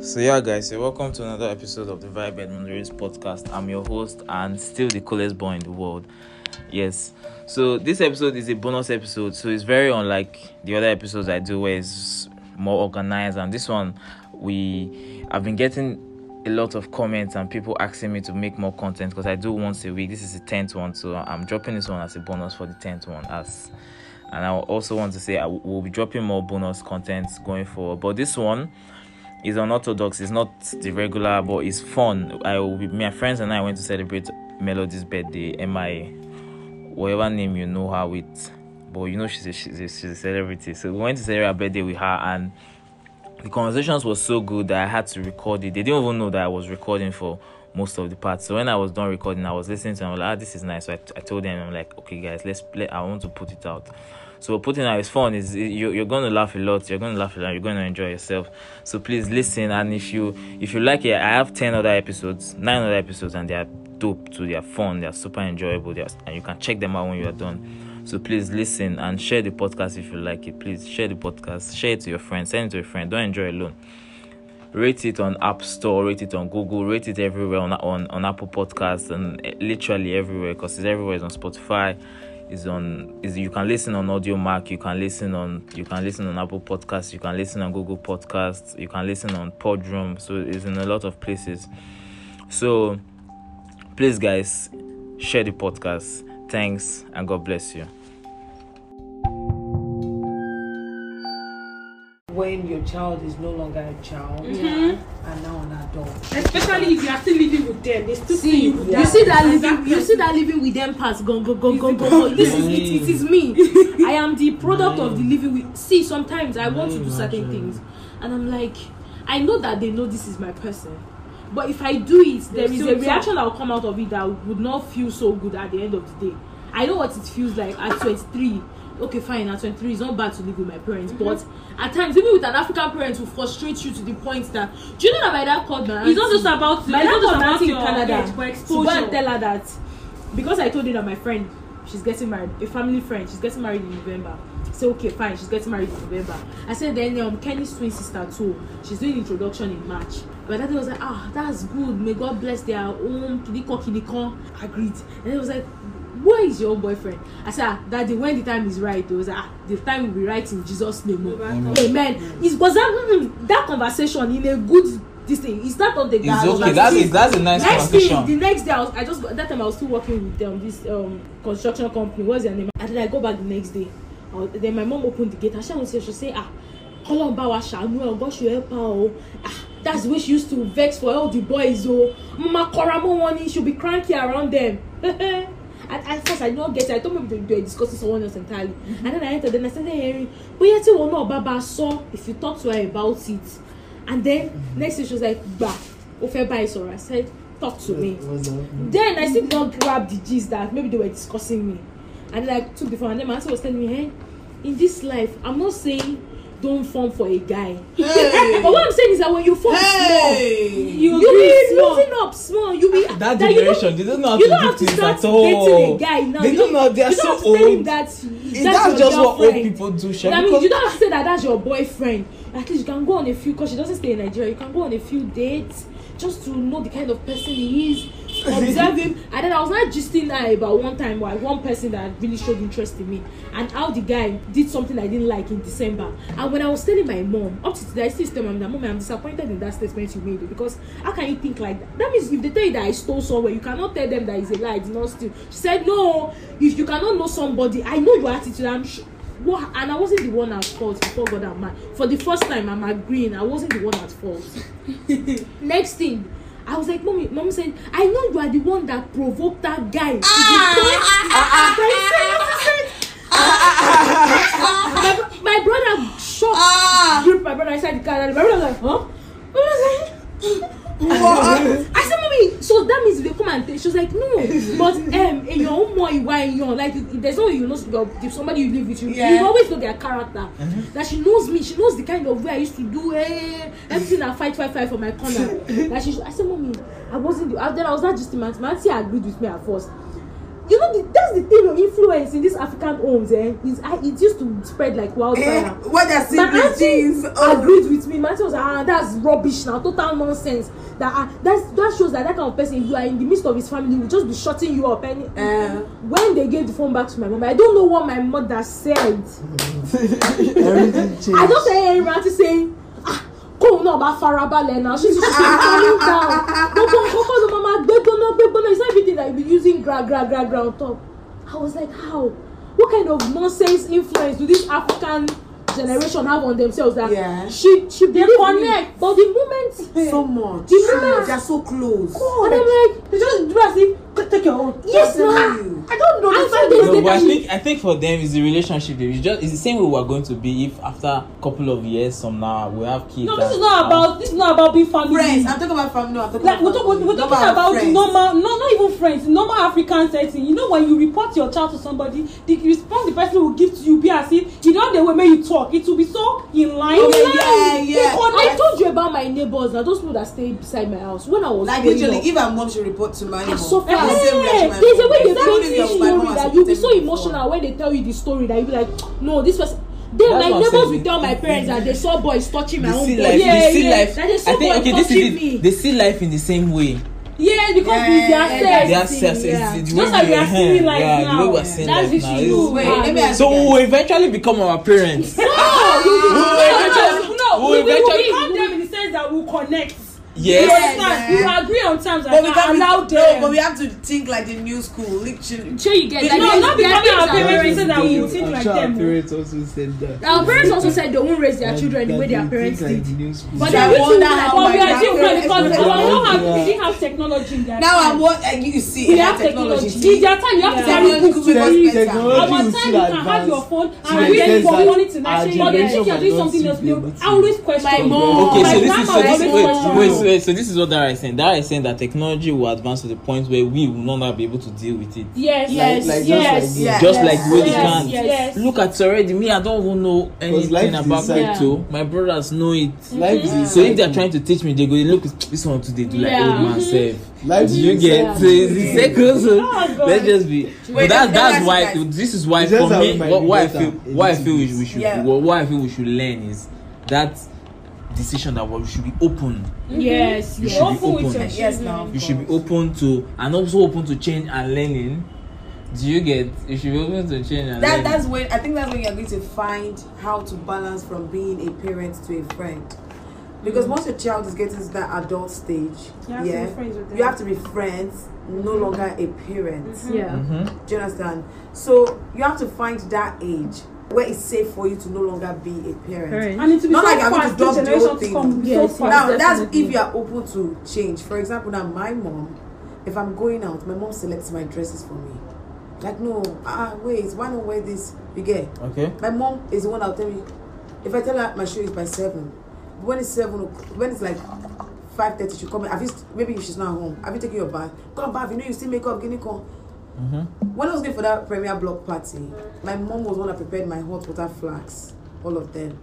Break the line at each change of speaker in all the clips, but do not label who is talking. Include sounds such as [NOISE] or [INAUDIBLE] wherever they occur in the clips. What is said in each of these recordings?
So yeah, guys, so welcome to another episode of the Vibe Edmund Reyes podcast. I'm your host and still the coolest boy in the world. Yes. So this episode is a bonus episode, so it's very unlike the other episodes I do where it's more organized. And this one, we I've been getting a lot of comments and people asking me to make more content because I do once a week. This is the tenth one, so I'm dropping this one as a bonus for the tenth one as. And I also want to say I w- will be dropping more bonus content going forward. But this one is unorthodox. It's not the regular, but it's fun. I will be, my friends and I went to celebrate Melody's birthday. and my whatever name you know her with, but you know she's a, she's a, she's a celebrity. So we went to celebrate her birthday with her, and the conversations were so good that I had to record it. They didn't even know that I was recording for most of the parts. So when I was done recording, I was listening to them. I was like, ah, this is nice. So I, I told them, I'm like, okay, guys, let's play. I want to put it out. So putting out is fun. Is you, you're going to laugh a lot. You're going to laugh a lot. You're going to enjoy yourself. So please listen. And if you if you like it, I have ten other episodes, nine other episodes, and they are dope too. They are fun. They are super enjoyable. They are, and you can check them out when you are done. So please listen and share the podcast if you like it. Please share the podcast. Share it to your friends. Send it to your friend. Don't enjoy it alone rate it on App Store, rate it on Google, rate it everywhere on on, on Apple Podcasts and eh, literally everywhere because it's everywhere. It's on Spotify. It's on. Is you can listen on Audio Mac. You can listen on. You can listen on Apple Podcasts. You can listen on Google Podcasts. You can listen on Podroom. So it's in a lot of places. So please, guys, share the podcast. Thanks and God bless you.
when your child is no longer a child
Mhm.
Mm-hmm.
and now an [LAUGHS] adult.
Especially if you are still living with them, they still see you with
you
that-
see that
with
living you see
person.
that living with them pass gone go go go go go this is it, it
[LAUGHS]
is me i am the product of the living with see sometimes i want to do certain things and i'm like i know that they know this is my person but if i do it there
They'll
is
still
a
talk.
reaction that will come out of it that would not feel so good at the end of the day i know what it feels like at 23 okay fine at 23 it's not bad to live with my parents mm-hmm. but at times even with an african parent will frustrate you to the point that do you know that my dad called my auntie
It's not just about
my
it's
dad was
not
about
just about
in
your age, but
Canada to go and
exposure.
tell her that because I told you that my friend she's getting married a family friend she's getting married in November I say okay fine she's getting married in November I said then um Kenny's twin sister too she's doing introduction in March my dad was like ah that's good may God bless their own kiniko kiniko agreed and he was like where is your boyfriend I said ah daddy when the time is right he was like ah the time will be right in Jesus name o amen it was that mm, that conversation in a good this thing is that not the guy
It's okay. That's a, that's a nice
next thing the
conversation.
next day i was i just got that time i was still working with um, this um, construction company what's their name and then i go back the next day I was, then my mom opened the gate and she was she say ah kolon bawa ṣàánú ẹ ọgbọ́n ṣe help her o ah that's the way she used to vex for all the boys o mama kọra mọ wọn ni she be cranky around them [LAUGHS] at at first i no get it i thought maybe they were discussing someone else entirely and then i enter then i started hearing bóyá tí wọn náà bá bá a sọ if you talk to her about it and then next thing she was like gba o fẹ buy sọrọ i said talk to
Eh,
me then i still don grab the gist that maybe they were discussing me and then i took the phone and then my aunty was telling me hey in this life i'm not saying don form for a guy hey. [LAUGHS] but what i'm saying is that when you form hey.
Hey,
small you,
You
you be
small.
loosen up small you be
that
you don't-
generation, they don't know how
you
to
don't
do
have to
things
start
at
dating a
all.
guy now.
They
You
don't know. They are
you don't
so
have to tell him
old.
that
Is that
your
just what old
girlfriend.
people do,
You know
Sha?
what I mean, you
Because
don't have to say that that's your boyfriend. At least you can go on a few, because she doesn't stay in Nigeria. You can go on a few dates just to know the kind of person
[LAUGHS]
he is, observe him. And then I was not gisting her about one time, like one person that really showed interest in me, and how the guy did something I didn't like in December. And when I was telling my mom, up to today, I still tell my mom, that, Mommy, I'm disappointed in that statement you made, because how can you think like that? That means if they tell you that I stole somewhere, you cannot tell them that it's a lie, it's not steal. She said, No, if you cannot know somebody, I know your attitude, I'm sure what and i wasn't the one at fault before god and man for the first time i'm agreeing i wasn't the one at fault next thing i was like mommy mommy said i know you are the one that provoked that guy to the point I said, my, bro- my brother shocked gripped my brother inside the car and my brother was like huh my brother was like I said, mommy, so that means they come and take. She was like, no, but um, in your own way, why in your like, if there's no way you know your, if somebody you live with you, you always know their character. Mm-hmm. That she knows me, she knows the kind of way I used to do. Eh, everything I fight, fight, fight for my corner. that she, I said, mommy, I wasn't. The, I, then I was not just my auntie. My auntie agreed with me at first. you know the, that's the thing of influence in these african homes eh is i it used to spread like
Eh,
wildfire.
what they're seeing
my
is jeans.
auntie
Oh,
agreed with me my auntie was like ah that's rubbish na total nonsense that ah that's that shows that that kind of person you are in the midst of his family will just be shutting you up any
Eh.
when they gave the phone back to my mama i don't know what my mother said
everything
i
change
just hear erin aunty saying ah kóun náà bá farabalẹ̀ na she she she be calming down gbogbo nǹkan ló máa gbé gbóná gbé gbóná it's not everything that you be using gra gra gra gra on top i was like how what kind of nonsense influence do this african generation have on themselves that
Yeah.
she she dey
connect.
connect but the moment
so much.
Do you know-
They're so close.
and i'm like
They just do as if take your own.
yes
I'm
na
telling you.
I don't know.
and
That's
five
why
days
No, but
later
I
she
think I think for them it's the relationship. It's just it's the same way we are going to be if after a couple of years from now we have kids.
no, this is
and-
not about this is not about being family.
Friends. I'm talking about family. I'm talking
Like we're,
about
talk, we're, we're
family.
talking about
friends.
normal, no, not even friends, normal African setting. You know when you report your child to somebody, the response the person will give to you be as if you know the way make you talk. It will be so in line.
Oh,
Yeah, yeah, yeah.
i told you about my neighbors na those people that stay beside my house when i was
Like
growing
literally,
up-
if her mom should report to my
I
mom,
suffer.
it's the same reaction my
Ah, There's a
mom.
way they
Exactly
paint
the
this
way my mom
story
has
that you'll be so
reported me
emotional when they tell you the story that you'll be like, no, this was. Then
That's
my
what I'm
neighbors
saying.
will tell my parents that they saw boys touching my
They
own
see
boy.
life.
yeah,
they see
yeah.
life.
That they saw
I think
boy
okay. This is
touching
it.
me.
They see life in the same way.
Yeah, because
Yeah,
with their
yeah,
sex.
They have
See,
sex.
yeah.
It's the
Just
way
like we are seeing
yeah,
life
yeah, the way
now.
we are seeing
That's
life
the
now.
issue.
It's-
Wait,
Ah,
let me
no.
ask
So
you.
we
guys.
will eventually become our parents.
[LAUGHS] No, you-
Ah.
Who
no, no,
eventually-
no,
who
we, we will
eventually-
become them in the sense that we'll connect.
Yes.
You understand?
Yeah,
We will agree on terms
But
and
we
not
can't
allow
be, no,
them.
but we have to think like the new school, literally.
Sure you get
No,
like,
no,
there's-
not
there are
becoming
things
our
that-
parents so that we will think
I'm
like
sure our
them.
parents also said that.
Our parents also said they won't raise their children the way their
they
parents
think like
did.
the new school.
But
So I
then we
wonder
too
how
now,
my
But we are
grandparents
different because
will
our
do
don't
that.
have, we
Yeah.
didn't have technology in their
Now
time.
I'm what uh, you see.
We
yeah,
have technology. In
See,
their time, you have
Yeah.
to carry books
Technology
to
could
read.
be
Te-
better.
Our time
technology will
you
still
can have your
advance.
phone
So
and
it
read
says
for
that
money to
our
national but they
generation
think you're
might
doing
not
something else.
be
No,
able to.
I always question.
My mom.
Oh, Okay,
My
so this is
grandma
so this
was
is
always
wait,
watching
wait,
me.
so wait, so this is what Dara is saying. Dara is saying that technology will advance to the point where we will no longer be able to deal with it.
Yes,
Like-
yes,
like just
yes.
like
Yeah.
Just like the way they
Yes,
can.
yes.
Look at it already. Me, I don't even know anything
life is
about
a cycle.
crypto. My brothers know it.
Life is a
So if they're
cycle.
trying to teach me, they go look this one today do like
Yeah.
old man self.
Life is
You
a
get
cycle.
so it's the second. So
Oh, God.
let's just be.
Wait,
but that's
let- let
that's
us
why
guys-
this is why
It's just
for
that we
me
might
what,
be
what I
better
feel
a
why I
little
feel we
bit.
we should
Yeah.
what, what I feel we should learn is that decision that we should be open.
Mm-hmm.
Yes,
You
yes.
should be
Open with
open.
your
Yes, now.
you should be open to and also open to change and learning do you get you should be open to change and
That
learning
that's when I think that's when you're going to find how to balance from being a parent to a friend. Because once your child is getting to that adult stage,
Mm. You have to be
yeah,
friends with them. Mm-hmm.
you have to be friends, no longer a parent.
Yeah.
Mhm.
Do you understand? So you have to find that age where it's safe for you to no longer be a parent.
Parents.
And it will be
Not
so
like I want to
fast, the
dump the whole
generation to
thing.
come so
Yes,
fast.
now that's
definitely.
if you are open to change for example now my mom if i'm going out my mom selects my dresses for me like no ah wait why not wear this you get
okay
my mom is the one that'll tell me if i tell her my show is by seven when it's seven o'clock when it's like five thirty she'll come in have you st- maybe if she's not home have you taken your bath go and bath you know you still make up guinea corn when I was going for that premier block party, my mom was the one that prepared my hot water flags, all of them.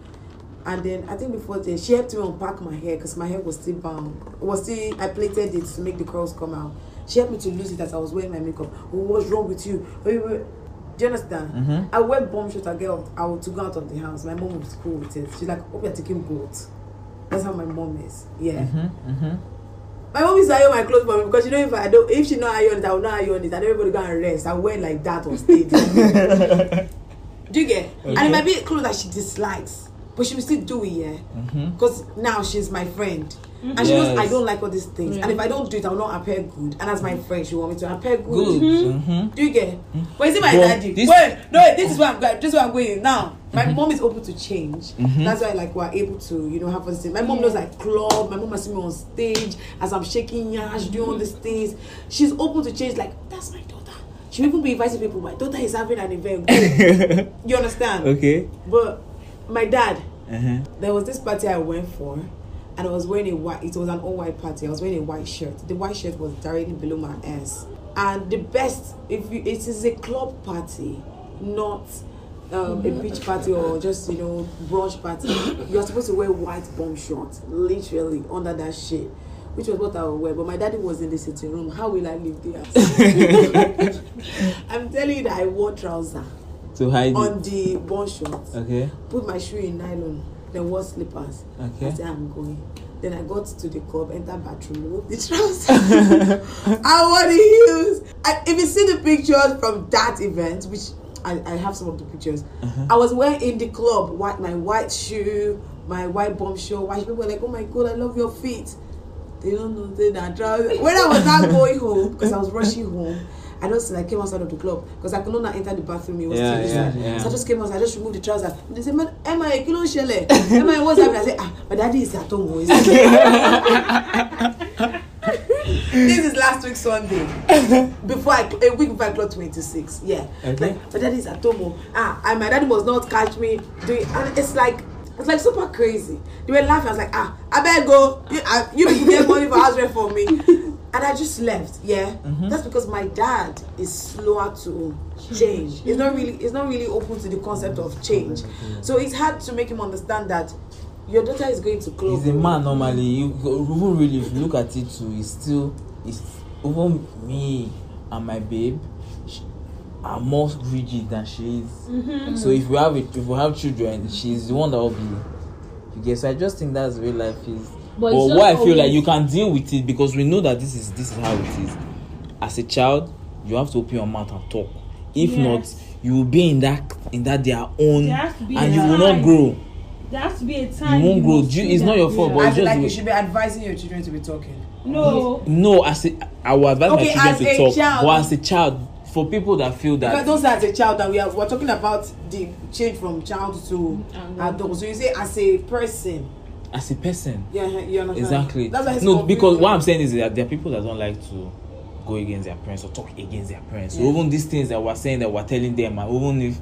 And then I think before then, she helped me unpack my hair because my hair was still bound. It was still I plaited it to make the curls come out. She helped me to lose it as I was wearing my makeup. Oh, what's wrong with you? Oh, you were- Do you understand? I wear bomb shorts. I get out, I would to go out of the house. My mom was cool with it. She's like, "Hope you're taking both." That's how my mom is. Yeah.
Mm-hmm,
My mom used to iron my clothes for me because you know if I don't, if she not iron it, I will not iron it, and everybody go and rest. I wear like that
[LAUGHS]
on stage. Do you get? And it might be clothes that she dislikes, but she will still do it, yeah. Because now she's my friend, and she knows
Mm-hmm.
I
Yes.
don't like all these things. And if I don't do it, I will not appear good. And as my friend, she want me to appear good.
good mm-hmm.
Do you get? But is it my
But
daddy?
this- Mm-hmm.
Well, no, this is where I'm going. This is where I'm going now. My mom is open to change. That's why, like, we're able to, you know, have us. My mom knows like club. My mom has seen me on stage as I'm shaking yash, doing all these things. She's open to change. Like, that's my daughter. She will even be inviting people. My daughter is having an event. Go. you understand?
Mm-hmm. [LAUGHS] okay
But my dad,
uh-huh.
there was this party I went for, and I was wearing a white. It was an all-white party. I was wearing a white shirt. The white shirt was directly below my ass. And the best, if you, it is a club party, not um, a beach party or just you know brunch party. You're supposed to wear white bomb shorts, literally under that shit. which was what I would wear. But my daddy was in the sitting room. How will I leave the house? [LAUGHS] I'm telling you that I wore trouser
To hide it.
on the ball shorts,
Okay.
put my shoe in nylon, then wore slippers.
Okay.
I said, I'm going. Then I got to the club, entered bathroom, removed the trousers. I wore the heels. I, if you see the pictures from that event, which I, I have some of the pictures, I was wearing in the club white, my white shoe, my white bombshell. White people were like, oh my god, I love your feet. They don't know they that trousers. When I was not going home, because I was rushing home. I just like came outside of the club because I could not enter the bathroom. It was
Yeah,
still
yeah,
inside.
yeah.
So I just came outside. I just removed the trousers. They said, "Man, Emma, you don't shell it. Emma, what's happening?" I said, "Ah, my daddy is at home. oh, he's [LAUGHS] this is last week Sunday. Before I a week before I clocked 26. Yeah.
Okay.
Like, my daddy's at home. oh. Ah, and my daddy must not catch me doing and it's like it's like super crazy. They were laughing. I was like, ah, I better go. You, I, you people get money for house rent
[LAUGHS]
for me. And I just left. Yeah.
Mm-hmm.
That's because my dad is slower to change. He's not really he's not really open to the concept of change. So it's hard to make him understand that your daughter is going to club.
He's a man normally. You go- even really, if you look at it too, it's still, it's even me and my babe sh- are more rigid than she is.
Mm-hmm.
So if we have it, if we have children, she's the one that will be. You guess. So I just think that's the way life is.
But
But,
it's not
what I feel like
always-
you can deal with it because we know that this is this is how it is. As a child, you have to open your mouth and talk. If
Yes.
not, you will be in that in that their own,
There has to be
and
a
you will
time.
not grow.
there has to be a time
You won't grow.
must
You-
do
It's not
that.
your fault,
Yeah.
but
I
it's just
feel like
the
you
way-
should be advising your children to be talking.
[LAUGHS]
no
No, as a, I will advise
Okay,
my
as
children
a
to talk.
child.
But as a child, for people that feel
Because
that
those are as a child that we are we're talking about the change from child to adult. So you say as a person.
as a person,
Yeah, you understand?
exactly.
That's why it's
No,
confusing.
because what I'm saying is that there are people that don't like to go against their parents or talk against their parents. So
Yeah.
even these things that we're saying that we're telling them, and even if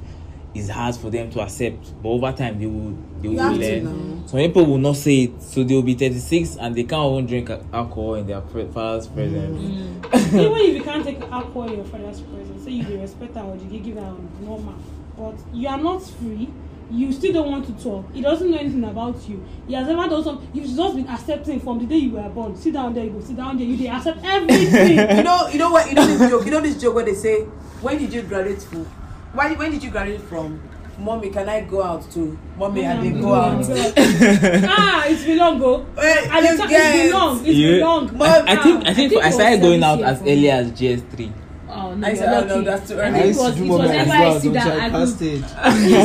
it's hard for them to accept, but over time they will they
You
will
have to
learn.
now.
Some people will not say it, so they will be 36 and they can't even drink a- alcohol in their pre- father's presence.
Mm.
even if you can't take alcohol in your father's presence say you dey respect am or you dey give am normal but you are not free you still don want to talk he doesn't know anything about you he has never done something you should just been accepting from the day you were born sit down there you go sit down there you dey accept
[LAUGHS]
[LAUGHS] You
everything.
know, you know what? You know this joke. You know this joke where they say, "When did you graduate from? Why? When did you graduate from? Mommy, can I go out to? Mommy, I didn't go out.
Oh
Mm-hmm.
[LAUGHS] ah it's been long o
Hey,
at the
this
time it's been long
girl.
it's been
Yeah.
long
Mom,
I think I think
think
I
it
started
was
going out as
70
early as GS3.
Oh, no,
I
you're
said, oh, no,
lucky.
that's too
I
early.
think it was, it was
mine
never I
as
see
well,
that.
until
I
[LAUGHS] I
could
passed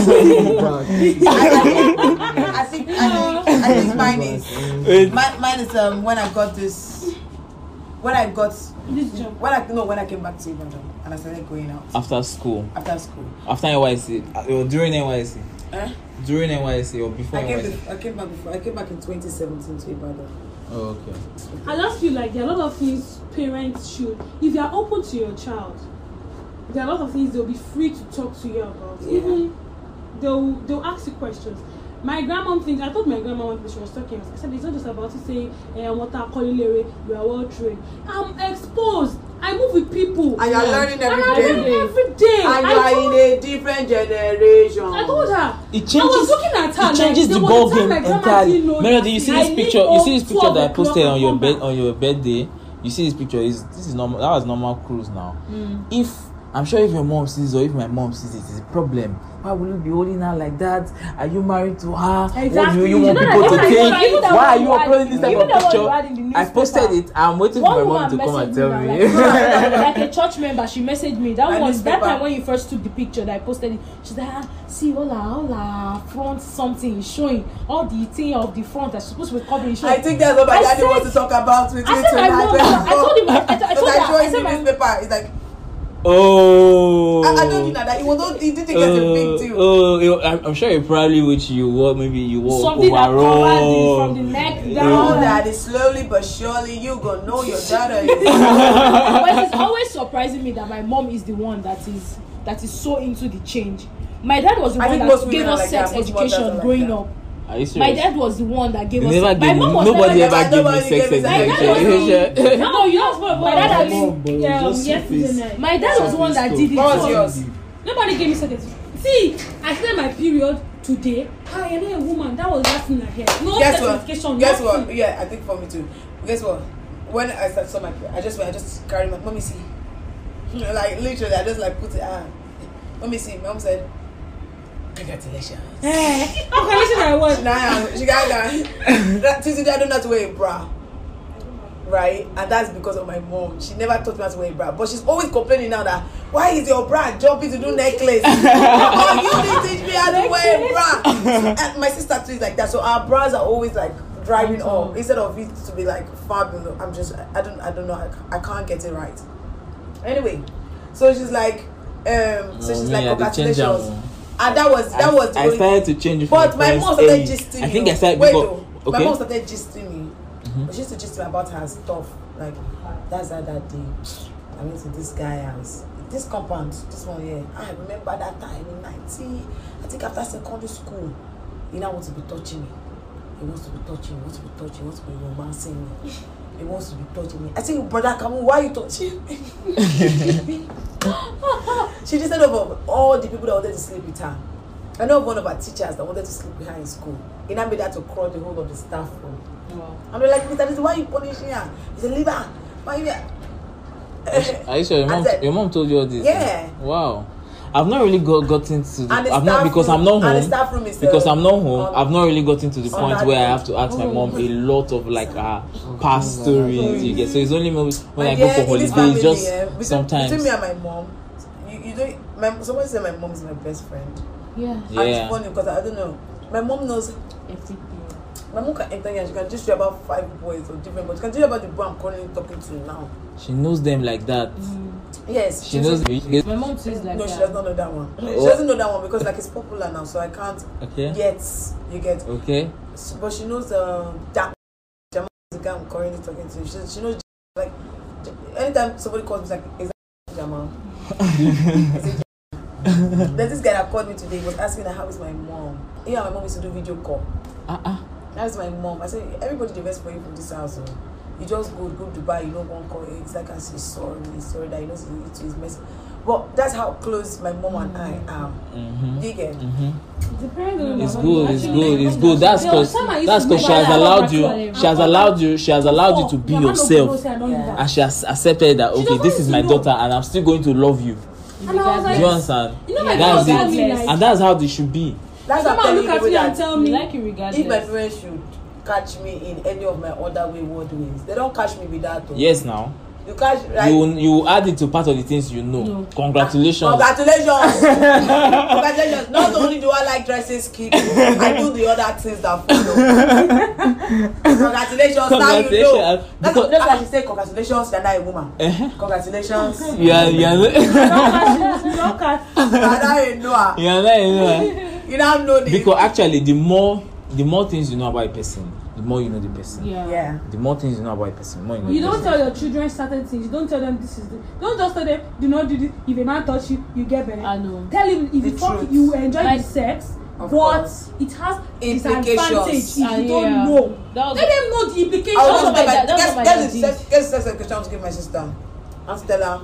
it. Back.
I think, I think, I
[LAUGHS]
think mine
[LAUGHS]
is,
Wait,
mine, mine is um when I got this, when I got,
this job
when I no, when I came back to Ibadan and I started going out
after school.
after school.
After NYC, uh, or during NYC,
Eh?
during NYC or before
I came,
NYC.
bef- I came back before. I came back in 2017 to Ibadan.
Oh, okay.
I just feel like there are a lot of things parents should, if they are open to your child, there are a lot of things they'll be free to talk to you about.
Yeah.
Even they'll they'll ask you questions. My grandmom thinks I told my grandma one day she was talking. I said it's not just about to say eh, what I call you are well trained. I'm exposed. I move with people.
And you're learning
And
every
I
day.
learn every
And
day.
you
I,
are
told,
in a different generation.
I told her.
It changes.
I was looking at her.
It changes
like, there
the
was a
ball
time
game
my grandma
entirely.
didn't know
Melody, you see
nothing.
this
I
picture.
leave
You see this
home
picture that I
12 o'clock
posted on
and
your
come
bed
back.
on your birthday. You see this picture. Is this is normal? That was normal cruise now.
Hmm.
If I'm sure if your mom sees or if my mom sees it, it's a problem. Why will you be holding her like that? Are you married to her? What do
Exactly.
you want
You know
people
that
to
even
think?
that- even that
Why are
one
you
you had-
uploading this type
even
of
that one you had in
picture?
the
I posted
newspaper.
it. I'm waiting
One
for my
woman
mom to come and
messaged
tell
me,
me.
[LAUGHS]
Like, like a church member, she messaged me. That
That
was that
newspaper.
time when you first took the picture that I posted it. She's like, ah, see, all our, all our front something is showing. All the thing of the front that's supposed to be covering is showing.
I think [LAUGHS] that's what my
I
daddy
said-
wants to talk about with
I
me
said I
tonight.
won't. I told him. I, I, I
[LAUGHS] Because
told
I
her. I
showed
said
him the
my.
newspaper. It's like
Oh.
I, I told you now that it was not. He didn't think it's a big deal.
Oh, you- I'm, I'm sure you probably wish you wore maybe you wore
Something that
overall. Oh,
covers it from the neck
Now
down.
that is slowly but surely you gonna know your daughter.
[LAUGHS]
Is.
[LAUGHS] but it's always surprising me that my mom is the one that is that is so into the change. My dad was the
I
one
think most
that
women
gave
are
us
like
sex
that. Most mothers are
education
like
growing
that.
up.
oh. Are you serious?
My dad was the one that gave
They
us.
never
my
gave
mom
me,
was
nobody
never.
like
ever
that.
gave me
Nobody
sex
gave me
My
like
dad was
education.
[LAUGHS]
the. [LAUGHS] No, you know what? My dad
Come
had.
on, bro,
Um,
just keep it.
yesterday night.
My dad was the one that did it.
What was
So-
yours?
Nobody gave me second. See, I started my period today. Ah, I am not a woman. That was last thing I heard. No
Guess what?
certification.
Guess
nothing.
what? Yeah, I think for me too. Guess what? when I started saw my I just I just carried my mommy see. [LAUGHS] like literally I just like put it ah mommy see mom said congratulations.
Hey, how can you say that I was?
Nah, she got that. that till today I don't know how to wear a bra. Right? And that's because of my mom. She never taught me how to wear a bra. But she's always complaining now that why is your bra jumping to
[LAUGHS]
do necklace? oh, you didn't teach me how to wear a bra. So, and my sister too is like that. So our bras are always like driving up instead of it to be like far below. I'm just I don't I don't know. I, ca- I can't get it right. Anyway, so she's like um so she's
me,
like
I dey change am
congratulations.
o.
And
[LAUGHS]
that was that
I,
was the
I
only
started to change from
But
the
my
first
mom started
age.
gisting me.
I think I started
Wait,
because
though.
okay. Mm-hmm.
My mom started gisting me. She used to gist me about her stuff. Like, that's how that day. I went to this guy house. This compound, this one here. I remember that time in 90, I think after secondary school, he now wants to be touching me. He wants to be touching me, wants to be touching, me, wants to be romancing me. He wants to be touching me. I said, brother, come on, why are you touching me? she decided over all the people that wanted to sleep with her. I know of one of our teachers that wanted to sleep with her in school. He now made her to crawl the whole of the staff room. Wow. And they're like, Mr. Lizzie, why are you punishing her? He said, leave her. Why are you here?
Are you sure your
I
mom,
said-
your mom told you all this?
Yeah.
Wow. I've not really got, gotten to the,
[LAUGHS] And the
I've not
staff
because
room-
I'm not
and the
home
staff room is,
because
uh,
I'm not home.
on-
I've not really gotten to the
on
point
that Mm.
where I
day.
have to ask my mom a lot of like her past stories. You get so it's only maybe when I
And
go
yeah,
for
in this
holidays,
family,
just
yeah, between,
sometimes.
Between me and my mom, you, you don't. My, someone said my mom is my best friend.
Yeah.
And it's
Yeah.
funny because I don't know. My mom knows.
Everything.
My mom can enter here. She can teach you about five boys or different boys. She can teach you about the boy I'm currently talking to now.
She knows them like that.
Mm. Yes.
She knows. Okay.
My mom says like
No, she
that.
does not know that one. She
Oh.
doesn't know that one because like it's popular now, so I can't
Okay.
yet. You get,
Okay.
S- but she knows uh, that Jamal is the guy I'm currently talking to. She, she knows like J- anytime somebody calls me, she's like, is
[LAUGHS]
that Jamal? I say, "Yeah." There's this guy that called me today. He was asking her, how is my mom? Yeah, my mom used to do video call.
Ah ah.
That's my mom. I said, everybody the best for you from this house. oh. You just go go eh, Dubai, you know one call it's like I say sorry, sorry that you know it's his mess. But that's how close my mom and I
Mm.
are.
Mhm.
You get
Mhm.
The parents don't
It's
know.
good, it's
Actually,
good,
my
it's
mom
good.
does.
That's
There was
because
time I used
that's
to
because
do
she has
that.
allowed you,
Actually,
she has allowed you, she has allowed you to be
Your mom don't
yourself.
say I don't do
Yeah.
that.
and she has accepted that okay
doesn't
this is
need
my
to
daughter and i'm still going to love you
And I was
do
like,
you understand
you know, my
that's
girls
it
tell me like,
and that's how they should be
that's how
come and
telling
look at
people
me and
that
tell
We
me.
like you
if
[LAUGHS]
my
regardless.
parents should catch me in any of my other wayward ways, they don't catch me with that. oh.
yes now
You catch like
you you add it to part of the things you know
No.
congratulations
Congratulations! Congratulations! Not only do I like dressing skinny, I do the other things that follow. Congratulations! Now you know.
Congratulations.
That's,
Because-
that's why she said, "Congratulations, you're not a woman."
[LAUGHS] Eh,
Congratulations, you're
you are you are
not a Noah.
[LAUGHS] you are not you know eh?
You now know this.
because actually the more the more things you know about a person the more you know the person
Yeah.
yeah,
the more things you know about a person the more you know
You
the
don't
person.
tell your children certain things. You don't tell them this is. The, don't just tell them do not do this. If a man touch you, you get better.
I know.
Tell him if
The
you fuck,
truth.
you enjoy
Like-
the sex, but
Of course.
it has
Implications.
disadvantage if
Ah,
you don't
yeah.
know.
That was
Let them know the implications.
I
That's
was
what
just
my
tell Oh,
dad-
my
that's
guess
what my
guess
dad
the
did.
sex- guess the sex question I want to give my sister. And tell her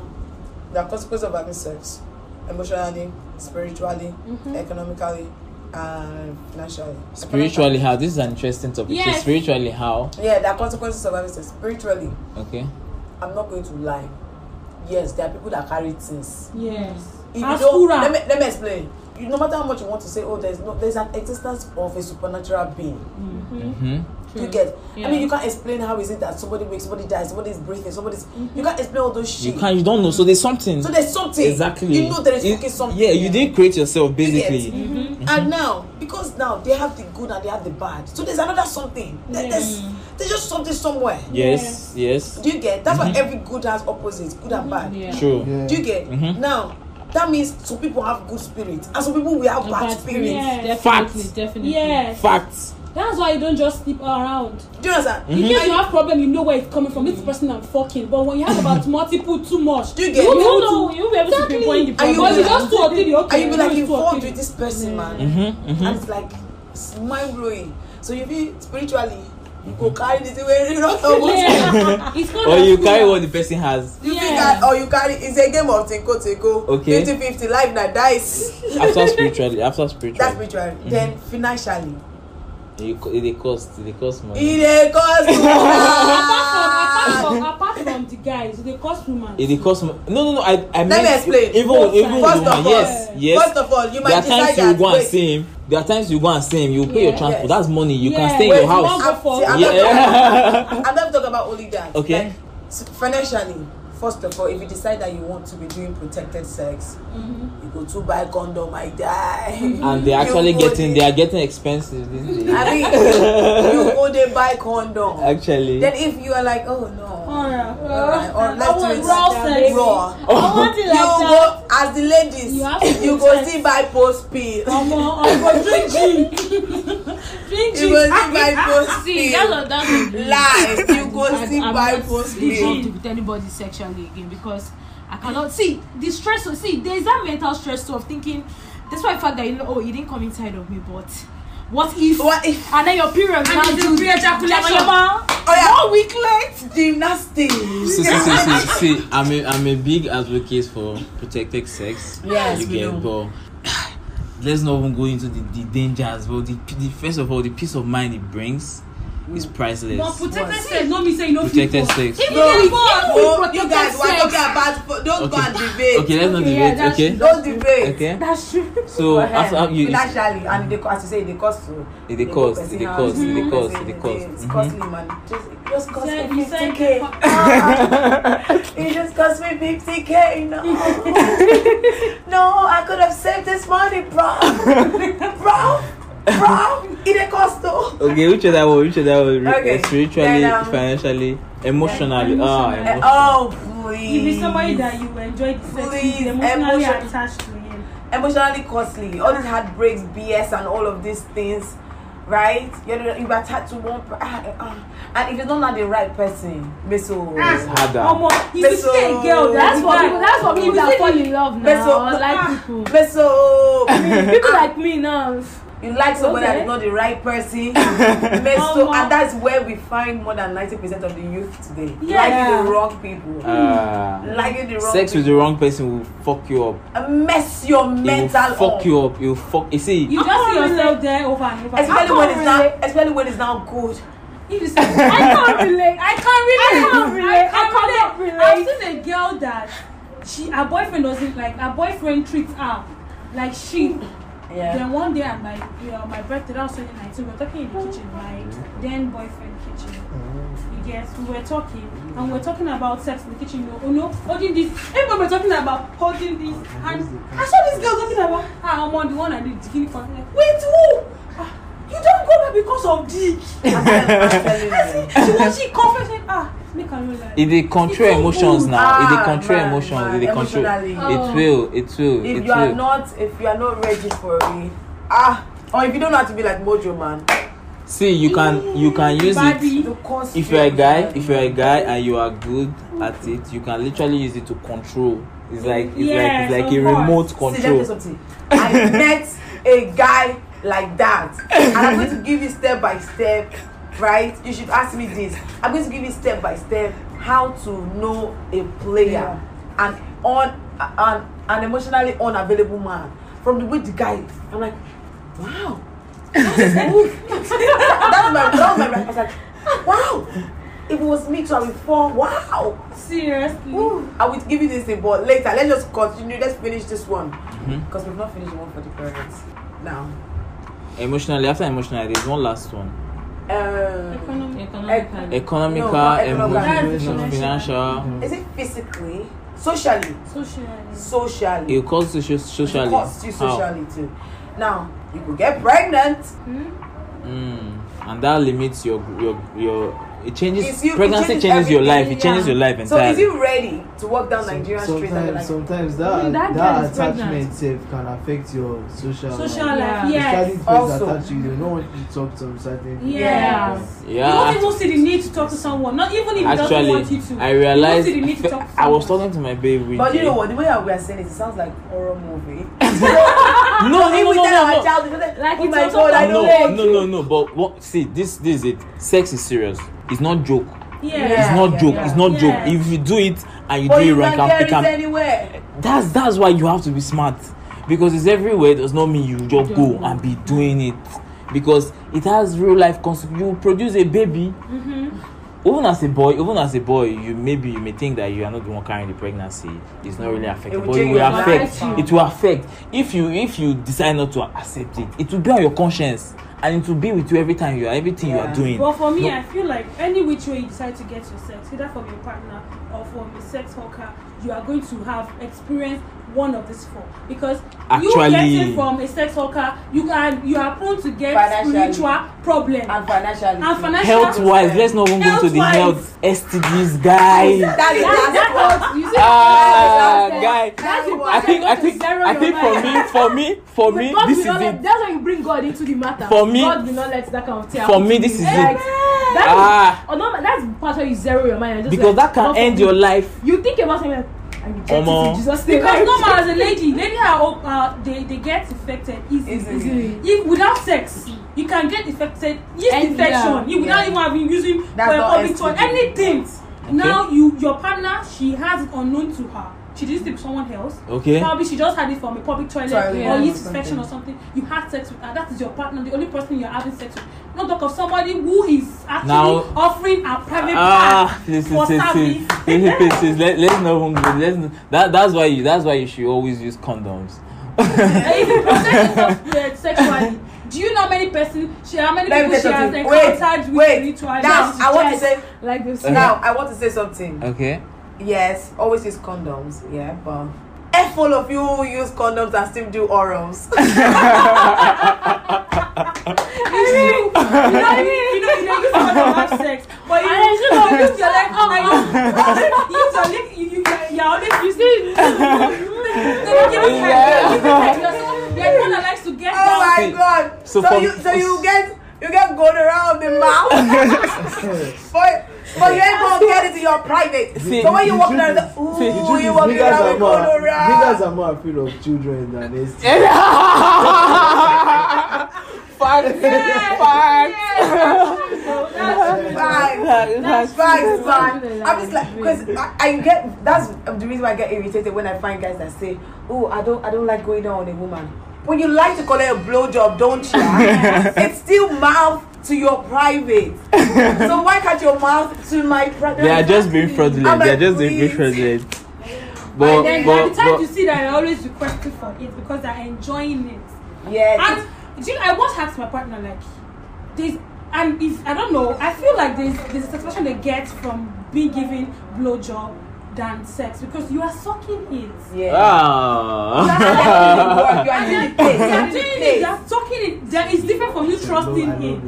the consequence of having sex, emotionally, spiritually, economically, and financially.
spiritually how this is an interesting topic so
Yes.
spiritually how
Yeah, there are consequences of having sex. Spiritually,
okay
I'm not going to lie. Yes, there are people that carry things.
Yes.
If you don't,
Asura.
let me let me explain. You, no matter how much you want to say, oh, there's no, there's an existence of a supernatural being.
mm-hmm.
You get. I mean,
Yeah.
you can't explain how is it that somebody wakes, somebody dies, somebody is breathing, somebody's. You can't explain all those
you
shit.
can't you don't know so there's something
So there's something.
exactly
You know there is
It-
fucking something.
yeah you didn't create yourself
You get?
basically Mm-hmm.
And now, because now they have the good and they have the bad, so there's another something. There- There's there's just something somewhere.
yes yes
Do you get? That's why every good has opposites, good and bad.
Yeah.
true
Yeah.
Do you get?
Mhm.
Now, that means some people have good spirits and some people will have bad,
But-
spirits.
Yeah.
Yes,
Facts.
Definitely. Definitely.
Yes.
facts
That's why you don't just sleep around.
Do you understand?
Mm-hmm.
In case you have problem, you know where it's coming from. This person I'm fucking. But when you have about multiple, too much,
Do you get?
won't be
You
able
know,
to-
you won't be able to
Exactly.
pinpoint the
problem.
But you just two or three,
[LAUGHS]
okay.
And you
I
be
know
like
it's two or
involved
three.
with this person, man.
mm-hmm.
And it's like it's mind blowing. So you feel spiritually, you go carry this away, you know,
Yeah. it's
[LAUGHS]
not
or
just
you
food.
carry what the person has
You
Yeah.
think that, or you carry it's a game of tinko tinko,
Okay.
50 50 life na dice. [LAUGHS]
after spiritually after
That's
spiritually
spiritual. Then financially,
you co- they cost they cost money
it dey cost.
Apart from- apart
apart from apart from the guys they cause romance.
It dey cause mo- no no no I I mean
Let me explain.
even with- even with
First
the
of
woman
all,
yes yes
first of all, you
there
might
are
decide
times you
that.
go and
Wait,
see him there are times you go and see him you pay
Yeah.
your transport
Yes.
that's money you can
Yeah.
stay in your
Wait,
house
mom-
I'm, see, I'm,
Yeah.
not
[LAUGHS]
talking, I'm not talking about only that.
Okay.
Like, s- financially, first of all, if you decide that you want to be doing protected sex,
Mm-hmm.
you go to buy condom, I die.
and they
[LAUGHS] You
actually
go
getting they
there-
are getting expensive these days [LAUGHS]
I mean, you go there buy condom.
actually
Then if you are like, oh no,
Alright.
Alright, or
I
let's do
want
it
raw sex.
raw.
I want it
you
like that.
go as the ladies,
You have to
you
do
go
sex.
see buy post
[LAUGHS]
pill.
Omo, omo, drink gin.
You
Drink gin.
go see buy post
See, that's
pill.
what that's what brings.
Lies, you go
I-
see
I'm
buy
not
post
involved
pill.
with anybody sexually again because I cannot see the stress. of- See, there's that mental stress too of thinking. That's why the fact that you know, oh, he didn't come inside of me, but what if?
What if?
And then your period
And
now
it's a
do-
free ejaculation.
Jabalaba.
Oh yeah,
One week late.
see see
gymnastics.
see
[LAUGHS]
see see I'm a I'm a big advocate for protected sex
Yes,
you
we
get but let's not even go into the the dangers but the the first of all the peace of mind it brings is priceless
But protected sex no mean say you no fit
protected
fuck.
sex
Even
No,
if
no,
we even if we
oh, you
protected
guys, we're talking
sex.
about don't go and debate.
okay let's not
Okay, yeah,
debate
that's-
okay
Don't debate.
okay
That's true.
so after after you you-
financially and they as you say they cost to
It dey cost, it dey cost, it dey cost, it dey cost.
it's
Mhm.
costly man just just cost
Say-
me
you say-
50k Ah, [LAUGHS] it just cost me 50k no [LAUGHS] no I could have saved this money bro [LAUGHS] bro bro it dey cost though
[LAUGHS] okay which other one which other one Re-
Okay,
uh, spiritually
then, um,
financially emotionally
then
ah
emotionally.
emotionally.
oh
You be
please
somebody that you enjoy the sex
Please,
with, emotionally
emotion-
attached to him.
emotionally costly all these heartbreaks BS and all of these things right you know you attached to one per- ah, eh, ah. and if it's not not the right person meso
it's
Ah.
harder
Omo, you be see a girl
That's
that
for people. That's for
You
people
be
that
see
fall
the-
in love
But so-
now. Like people.
[LAUGHS]
meso
People like me now.
you like somebody
Okay.
that is not the right
[LAUGHS]
person meso
Omo.
and that's where we find more than 90 percent of the youth today
Yeah. Mm.
liking the wrong people
Ah.
liking the wrong
sex with
people.
the wrong person will fuck you up
mess your
it
mental
will fuck
up.
you up it will fuck you see
You just see yourself there over and over.
especially
can't
when it's
relate.
not especially when it's not good
If you say, I can't relate. I can't relate. I can't relate. I can't relate. I've seen a girl that she, her boyfriend doesn't like. Her boyfriend treats her like shit.
yeah
Then one day at my you know, my birthday, that was 2019, we were talking in the kitchen, my then boyfriend kitchen. You guess we were talking and we were talking about sex in the kitchen, you know, oh no, holding this. Everybody were talking about holding this and I saw this girl talking about ah I'm on the one I did the for like, wait who? Ah, you don't go there because of dick.
I'm
[LAUGHS]
telling
I
you.
see she was she confessing ah make I no lie.
it dey control
It's so
emotions
good.
now it dey
Ah,
control
man,
emotions
man,
it dey control
emotionally. Oh.
it will it will
if
it
you are
will
not if you are not ready for it ah or if you don't know how to be like mojo man
see you can you
Mm,
can use it
Barbie.
the cost
if you're a guy if you're a guy and you are good at it you can literally use it to control it's like it's
Yes,
like it's like
of
a
course.
remote
see let me tell you
control
something i met a guy like that and i'm going to give you step by step right you should ask me this i'm going to give you step by step how to know a player yeah. and on an an emotionally unavailable man from the way the guy is i'm like wow [LAUGHS] that's my that's my i was like wow if it was me too i would fall wow
Seriously.
Ooh, I will give you this thing, but later let's just continue. Let's finish this one
Mm-hmm.
because we've not finished the one for the parents. Now,
emotionally after emotionally there's one last one
um,
Economically.
economical
No, economical.
emotional
That's
financial
is it physically, socially,
Socially.
socially?
it cause social
It
socially Oh.
costs you
How?
socially too. Now you could get pregnant.
Mm. and that limits your your your it changes
It's you- it
pregnancy
changes
changes, your
everything,
life it changes
yeah.
your life
So
entirely
is you ready to walk down Nigerian street and be like,
sometimes sometimes
Mm,
that
that
that,
girl is
attachment
pregnant.
sef can affect your social
Social
life.
life.
Yeah.
Especially
Yes.
friends
Also.
attach you, they don't want you to talk to certain people.
Yeah. You
yeah
won't even see the need to talk to someone. Not even if he doesn't want you
actually
to.
i realized
You don't see the need to talk to
i was
someone.
talking to my baby
but you know what? The way we are saying it, it sounds like horror movie.
Ah, no no no
Even
no,
tell our
no, no.
child, we're like,
Like
oh
it's
my
also
God, I
about-
don't
no,
like
no,
you."
no, no. But what? See, this, this is it. Sex is serious. It's not joke.
Yeah.
Yeah.
it's not joke. It's not
yeah.
joke. If you do it and you
But
do
you
it wrong, it can,
can
it
get it
can,
anywhere.
that's that's why you have to be smart. Because it's everywhere. Does not mean you just go and be doing it. Because it has real life consequences. You produce a baby.
Mm-hmm.
even as a boy even as a boy you maybe you may think that you are not the one carrying the pregnancy it's not really affected
Mm. will
but it
change
will
your
affect
life.
it will affect if you if you decide not to accept it it will be on your conscience and it will be with you every time you are everything you are
Yeah.
doing
But for me,
No.
I feel like any which way you decide to get your sex, either from your partner or from a sex worker, you are going to have experienced one of these four. Because you get
Actually-
it from a sex worker, you are you are prone to get
Financially.
spiritual problem
and financially.
and financial.
health wise let's not even go to the
Health-wise.
health stds guy
That is that's what you see.
ah guy
That's what.
i think i think i think for me for me for me
God
this
will
is
not let,
it
that's why you bring God into the matter.
For me-
God will not let that kind of thing.
for me this is it
That
ah
is, oh, no, that's part where you zero your mind. and Just
because
like,
that can
not for
end
me.
your life
You think about something like, I reject it
Omo.
in Jesus' name.
[LAUGHS] Because normal as a lady, lady are op- uh, they they get infected easily.
Easily.
If without sex, you can get infected yeast
And,
infection.
yeah,
You without even having using
That's
for a
not
public toilet,
STD.
anything. Now you your partner she has it unknown to her. She did it with someone else.
okay
Probably she just had it from a public toilet
Toilet
or
or
yeast infection
something.
or something. You had sex with her. That is your partner, the only person you're having sex with. Not talk of somebody who is actually
Now-
offering a private
ah
part
please
for
please please
service.
please [LAUGHS] please please please let let's not even go let's not, that that's why you that's why you should always use condoms [LAUGHS]
if you protect yourself uh, sexually, do you know how many person she how many
Let me
people
tell
she has
something.
encountered
Wait,
with
wait.
ritual?
Now I want to say.
like this.
Now I want to say something.
Uh-huh.
okay [LAUGHS]
Yes, always use condoms. Yeah, but F all of you who use condoms and still do orals. [LAUGHS] Oh
you know, you, you know, you know, you want to have sex, but you, you know, you use your leg, like, [LAUGHS] you use your leg, you, you, you're always [LAUGHS] using.
Yeah.
You're one that likes to get
oh
down.
my god!
So
So,
for-
you so you get you get gonorrhea on the
[LAUGHS]
mouth, but but you ain't gonna get it in your private.
See,
so when you
the
walk
truth
down,
is-
the,
see, the
ooh,
truth
Oh, you
is
walk around with
niggas are more niggas
gonorrhea.
are more afraid of children than STDs.
Fact. Fact.
Bye.
Fact.
Facts, man. I'm just like, because I, I get that's the reason why I get irritated when I find guys that say, "Oh, I don't, I don't like going down on a woman." When you like to call it a blowjob, don't
[LAUGHS]
you? it's still mouth to your private. so why can't your mouth to my private?
They are just being
I'm
fraudulent. They
like,
are just being
please.
fraudulent.
And
But,
then by
but,
the time you
but
see that, I always request it for it because they're enjoying it.
yeah.
And do you, I once asked my partner like, there's and if I don't know, I feel like there's there's a satisfaction they get from being given blowjob than sex because you are sucking it.
Yeah.
ah.
You are doing it.
They are
You
doing
are
it. They
doing it.
are sucking it. That is different from you trusting it.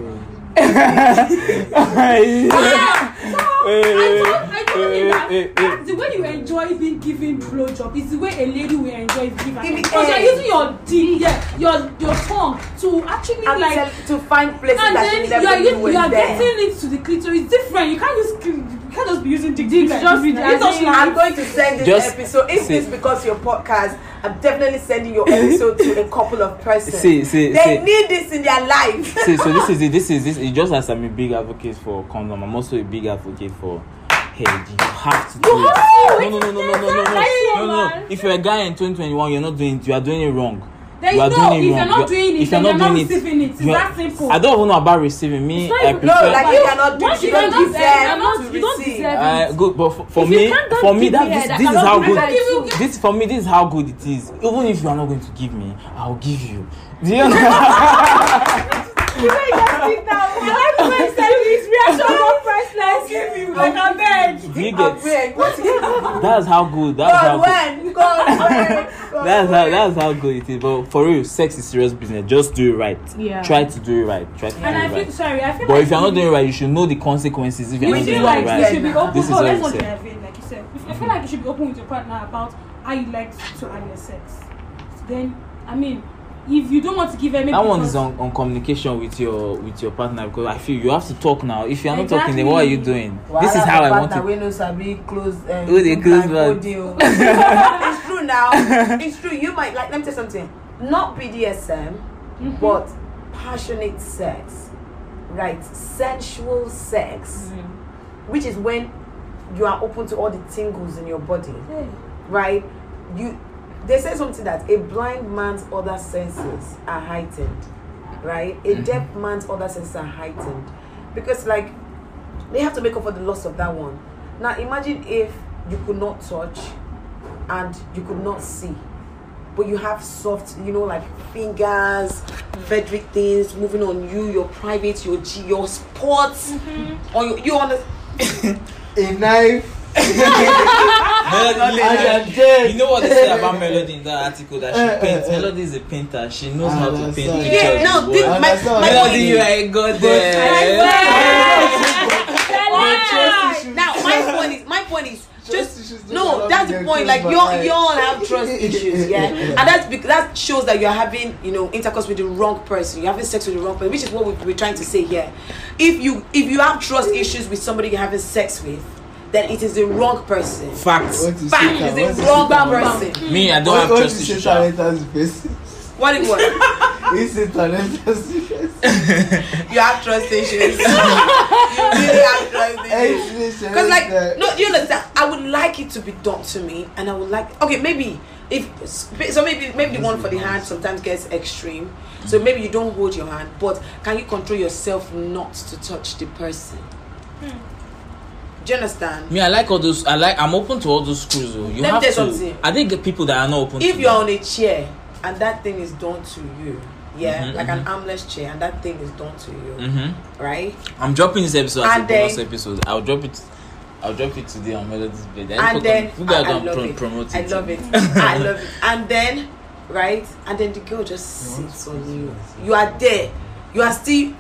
Yeah. Ah! So I don't, I don't mean that. That's the way you enjoy being given blowjob is the way a lady will enjoy giving.
Give it
Because
air.
you're using your dick, yeah, your your tongue to actually
I'm
like
telling- to find places
and
that you
then you
never
are,
knew
you,
were
you are
there.
getting it to the clitoris different you can't use cl- you can't just be using dick dick like
just
this.
be-
It's just
I'm
like-
going to send this
Just
episode. If
see.
this because your podcast, I'm definitely sending
[LAUGHS]
your episode to a couple of persons.
See, see,
they
see.
need this in their life.
See, so this is it. This is this. Is just as I'm a big advocate for condom, I'm also a big advocate for. Hey, you have to do it. No, no, no, no, no, no, no, no, no, no. If you're a guy in 2021, you're not doing it. You are doing it wrong.
there is
you are
no
doing
if
it
you're
wrong.
not doing it
if you're
then you're
not
not
doing it,
receiving it it's
you are-
that simple
I don't even know about receiving. Me, I prefer.
No, like you cannot do
Once
it. You
you
don't
cannot
deserve
serve,
to
you don't
receive.
deserve
Uh, good, but for, for
If you
me,
can't, don't
for me,
give
that
me,
this,
that
this is
cannot
how
give
good.
me, I
This, for me, this is how good it is. Even if you are not going to give me, I'll give you. Do you know?
like I beg
Do you
I
get?
beg. What is
That's how good. That's how
God?
good.
When? God. when?
That's how that's how good it is. But for real, sex is serious business. Just do it right.
Yeah.
Try to do it right. Try to do
and I
it
feel
right.
sorry I feel
But
like
if you're not doing it right, you should know the consequences. If you're
you
not
should
doing
feel
it
like
right,
you should be open
This is
for
what
let's
you
not be
said.
availing, like you said If- I feel like you should be open with your partner about how you like to have your sex then I mean if you don't want to give her maybe
that one
because-
is on, on communication with your with your partner because I feel you have to talk now. If you're not talking, then
Exactly.
what are you doing? this is how I want to
We know sabi close. Um,
Who dey close mouth? [LAUGHS]
it's true now. It's true. You might like. Let me tell you something. Not BDSM, but passionate sex, right? Sensual sex, which is when you are open to all the tingles in your body, right? You. They say something that a blind man's other senses are
Mm-hmm.
heightened, right? A deaf man's other senses are heightened, because like They have to make up for the loss of that one. Now imagine if you could not touch and you could not see. But you have soft, you know, like fingers, fabric things moving on you, your private, your G, your sports, on your, you on the,
A knife.
Melody,
I am
you know what they said about Melody in that article that she paints. Melody is a painter. She knows how to paint
Understand.
pictures.
Yeah, no,
with
this-
words.
my-
Understand.
my
Melody,
point
you are a goddess.
[LAUGHS] now my point is my point is just
issues just
no
allow
that's
me
the
to
point like
close
you
my
all
eyes.
you all have trust issues yeah and that's because that shows that you're having you know intercourse with the wrong person you're having sex with the wrong person which is what we, we're trying to say here if you if you have trust issues with somebody you're having sex with then it is the wrong person
Facts.
What is
fact
it?
is the
What
wrong
is it?
person
Me, I don't
What
have
what
trust
is
issues.
it?
sha.
Talenta's face.
what it was
Is it
[LAUGHS]
Talenta's face?
you have trust issues you really have trust issues
Is it
Because like
Talenta's-
no, you understand. I would like it to be done to me, and I would like okay maybe if so maybe maybe the one for the hand sometimes gets extreme. So maybe you don't hold your hand, but can you control yourself not to touch the person? Do you understand?
Me, I like all those. I like. I'm open to all those screws. oh. You
Let me
have
tell you
to.
something.
I think people that are not open.
If
to
you're
that.
on a chair and that thing is done to you, yeah, like an armless chair and that thing is done to you,
Mhm.
right?
I'm dropping this episode as
And
a bonus
then-
episode. I'll drop it. I'll drop it today on Melody's bed.
and then
people
I,
are
I
gonna
love
pro-
it.
promote
I
it. [LAUGHS]
love it. I love it. And then, right? And then the girl just sits on you. You are there. You are still.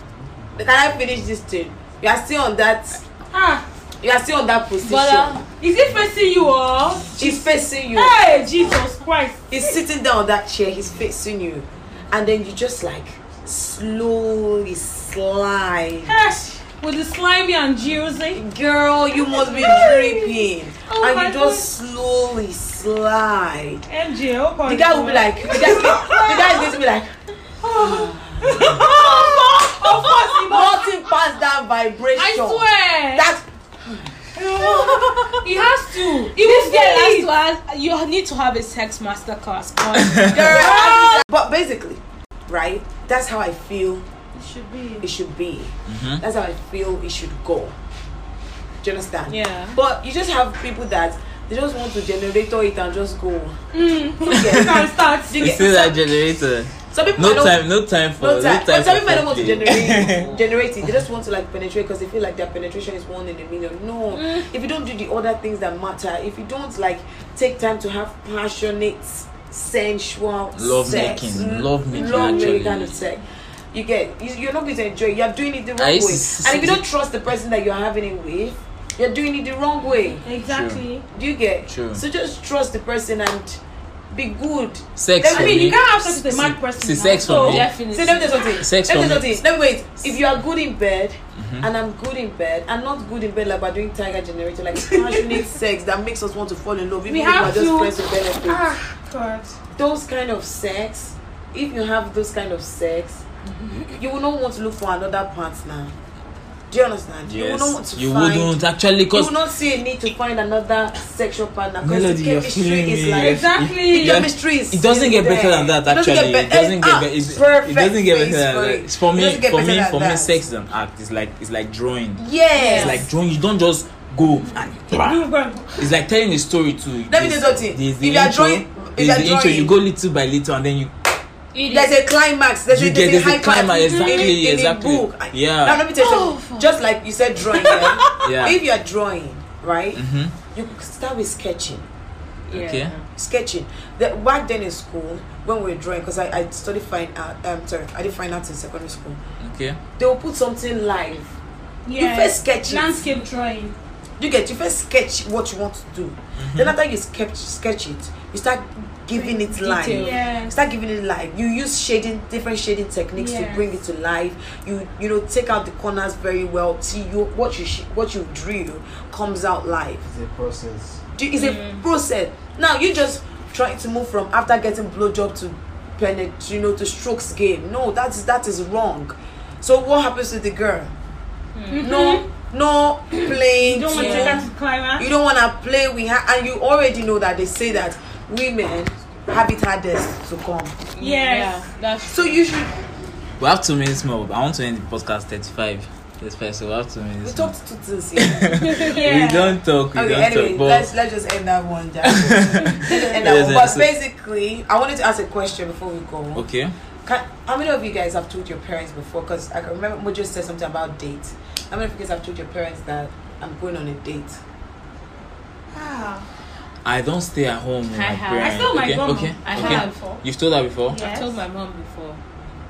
Can I finish this thing? You are still on that.
Ah,
You are still on that position.
But, uh,
is it facing you all?
She's facing you.
Hey, Jesus Christ.
He's sitting down on that chair. He's facing you, and then you just like slowly slide.
Ash, with the slimy and juicy.
Girl, you must be dripping,
Oh
and
my
you just slowly slide.
MJ, open.
The guy will be like, the guy, the guy is going to be like.
of course, he must.
nothing pass that vibration.
I swear.
That
[LAUGHS] he has to. He
This
will
girl has
get
to
it.
ask, you need to have a sex master class. cause
girl. but basically, right? That's how I feel
should be.
it should be. That's how I feel it should go. Do you understand?
Yeah.
But you just have people that they just want to generator it and just go.
Can start.
You see that generator?
Some people
No
might not-
time. No time for.
No time. But
for
some people don't want to
foreplay.
generate, generate it. They just want to like penetrate because they feel like their penetration is one in a million. No,
Mm.
if you don't do the other things that matter, if you don't like take time to have passionate, sensual,
Love
sex,
making,
l-
love making,
love
actually.
making kind of sex. You get, you, you're not going to enjoy. it. You're doing it the wrong
I
way,
used to s-
and if you don't trust the person that you're having it with, you're doing it the wrong way.
Exactly.
Do you get?
True.
So just trust the person and be good.
[LAUGHS] Sex.
I
for
I mean,
me.
you can't have sex with a mad person.
See,
now.
sex for
So,
me.
definitely.
So let me tell you something.
Oh, Sex
let me
for Mm-hmm.
tell you something. Let me wait. If you are good in bed and I'm good in bed, I'm not good in bed like by doing tiger generator, like
[LAUGHS]
passionate sex that makes us want to fall in love. Even
We
if we are
have
just
to-
friends with benefits.
Ah, God.
Those kind of sex, if you have those kind of sex,
Mm-hmm.
you will not want to look for another partner. Do you understand? you will not want
Yes.
to
You
find.
wouldn't actually,
You
cause
will not see a need to find another sexual partner because
Melody, [LAUGHS]
the
you're
chemistry
feeling
is
me.
like
Exactly.
Yeah.
chemistry is
it doesn't get
still
better
there.
than that.
It doesn't
Actually,
get
it doesn't
ah,
get better. It
perfect
doesn't get
face
better than
for
that.
it.
It's For
It
me,
doesn't get
for
better
me,
than
for me,
that.
sex is an act. It's like it's like drawing.
Yes.
It's like drawing. You don't just go and.
You go.
It's like telling a story too.
Let me tell you something.
There's
If
the
you are
intro,
drawing-
there's
if you are
the intro. You
drawing-
go little by little, and then you
there's a climax. There's,
You
a,
get-
there's,
there's a
high
climax, exactly,
in, in
exactly.
The book. I-
Yeah.
Now let me tell you something. Just like you
[LAUGHS]
said, drawing. yeah?
Yeah.
Ah,
Mm-hmm.
If you are drawing, right, you could start with sketching.
okay.
Sketching. The, back then in school, when we were drawing, because I, I studied fine art. Um, sorry, I did fine art in secondary school.
Okay.
They will put something live.
Yeah.
first sketch it.
Landscape drawing.
You get you first sketch what you want to do. Then after you sketch sketch it, you start giving it life.
Yeah.
start giving it life you use shading different shading techniques to
Yes.
bring it to life you you know take out the corners very well see you what you sh- what you drew comes out live
It's a process.
Do- it's
Mm.
a process now you just trying to move from after getting blowjob to penet you know to strokes game no that is that is wrong so what happens to the girl no no playing
You don't Mm. want to
too
take her to climax.
you don't want to play with her and you already know that they say that women have it hardest to come
Yes.
yeah, that's
so you should
We have two minutes more. but I want to end the podcast 35. Yes, Pastor, we have two minutes.
We talked two things
[LAUGHS]
here.
We
[LAUGHS] yeah.
don't talk, we
okay,
don't
anyway,
talk. But
let's let's just end that
[LAUGHS]
one, Jack. Let's just end that
Yes, yes,
one. But
so-
basically, I wanted to ask a question before we go.
okay.
Can, how many of you guys have told your parents before? Because I can remember Mojo said something about dates. How many of you guys have told your parents that I'm going on a date?
Ah,
I don't stay at home with
I
my
have.
parents.
I told my
okay?
grandma.
Okay.
I
okay.
have.
You've told her before?
Yes.
Yes.
I told my mom before.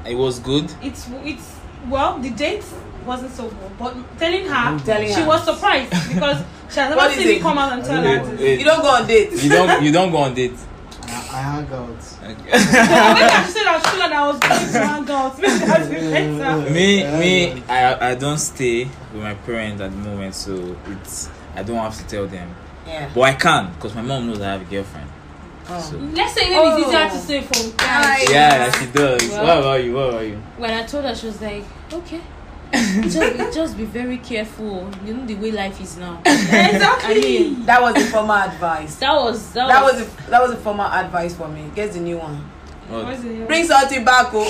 It was good.
it's it's well the date wasn't so good, but telling her
Telling
she
her.
was surprised because
[LAUGHS]
she has
What
never
is
seen me
it?
come out and tell
Wait,
her.
wait.
You don't go on dates.
You don't you don't go on date.
I, I hang out.
Okay.
[LAUGHS] So
[LAUGHS]
I went and she said I was sure that I was going to hang out. [LAUGHS] Maybe that would be
Uh,
better.
me me I I don't stay with my parents at the moment, so it's I don't have to tell them.
[LAUGHS] Yeah.
But I can because my mom knows I have a girlfriend.
Oh.
So
Let's say
Maybe it's
Oh.
easier to say for
Nice.
yeah, she does.
Well-
what about you? What about you?
when I told her, she was like, okay. [LAUGHS] just, be, just be very careful. You know the way life is now.
exactly.
I mean,
That was the former advice.
That was that,
That
was,
was the, that was the former advice for me. Get the new one.
What?
What's it?
Bring something back. Oh.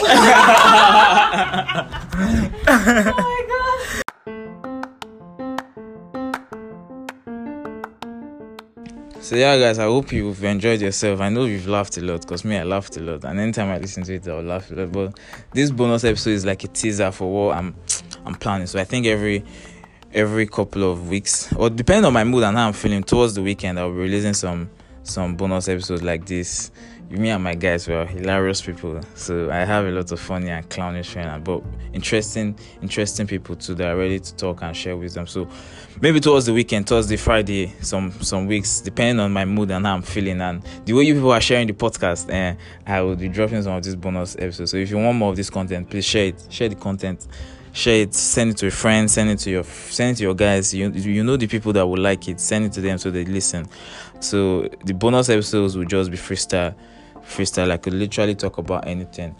So yeah, guys, I hope you've enjoyed yourself. I know you've laughed a lot because me, I laughed a lot, and anytime I listen to it, I'll laugh a lot. But this bonus episode is like a teaser for what I'm, I'm planning. So I think every, every couple of weeks, or depending on my mood and how I'm feeling towards the weekend, I'll be releasing some, some bonus episodes like this. Me and my guys were hilarious people, so I have a lot of funny and clownish friends, but interesting, interesting people too that are ready to talk and share wisdom. So maybe towards the weekend, Thursday, Friday, some some weeks, depending on my mood and how I'm feeling and the way you people are sharing the podcast. Eh, I will be dropping some of these bonus episodes. So if you want more of this content, please share it. Share the content. Share it. Send it to a friend. Send it to your send it to your guys. You you know the people that will like it. Send it to them so they listen. So the bonus episodes will just be freestyle. Freestyle. I could literally talk about anything.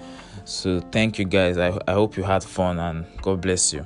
So thank you guys. I, I hope you had fun and God bless you.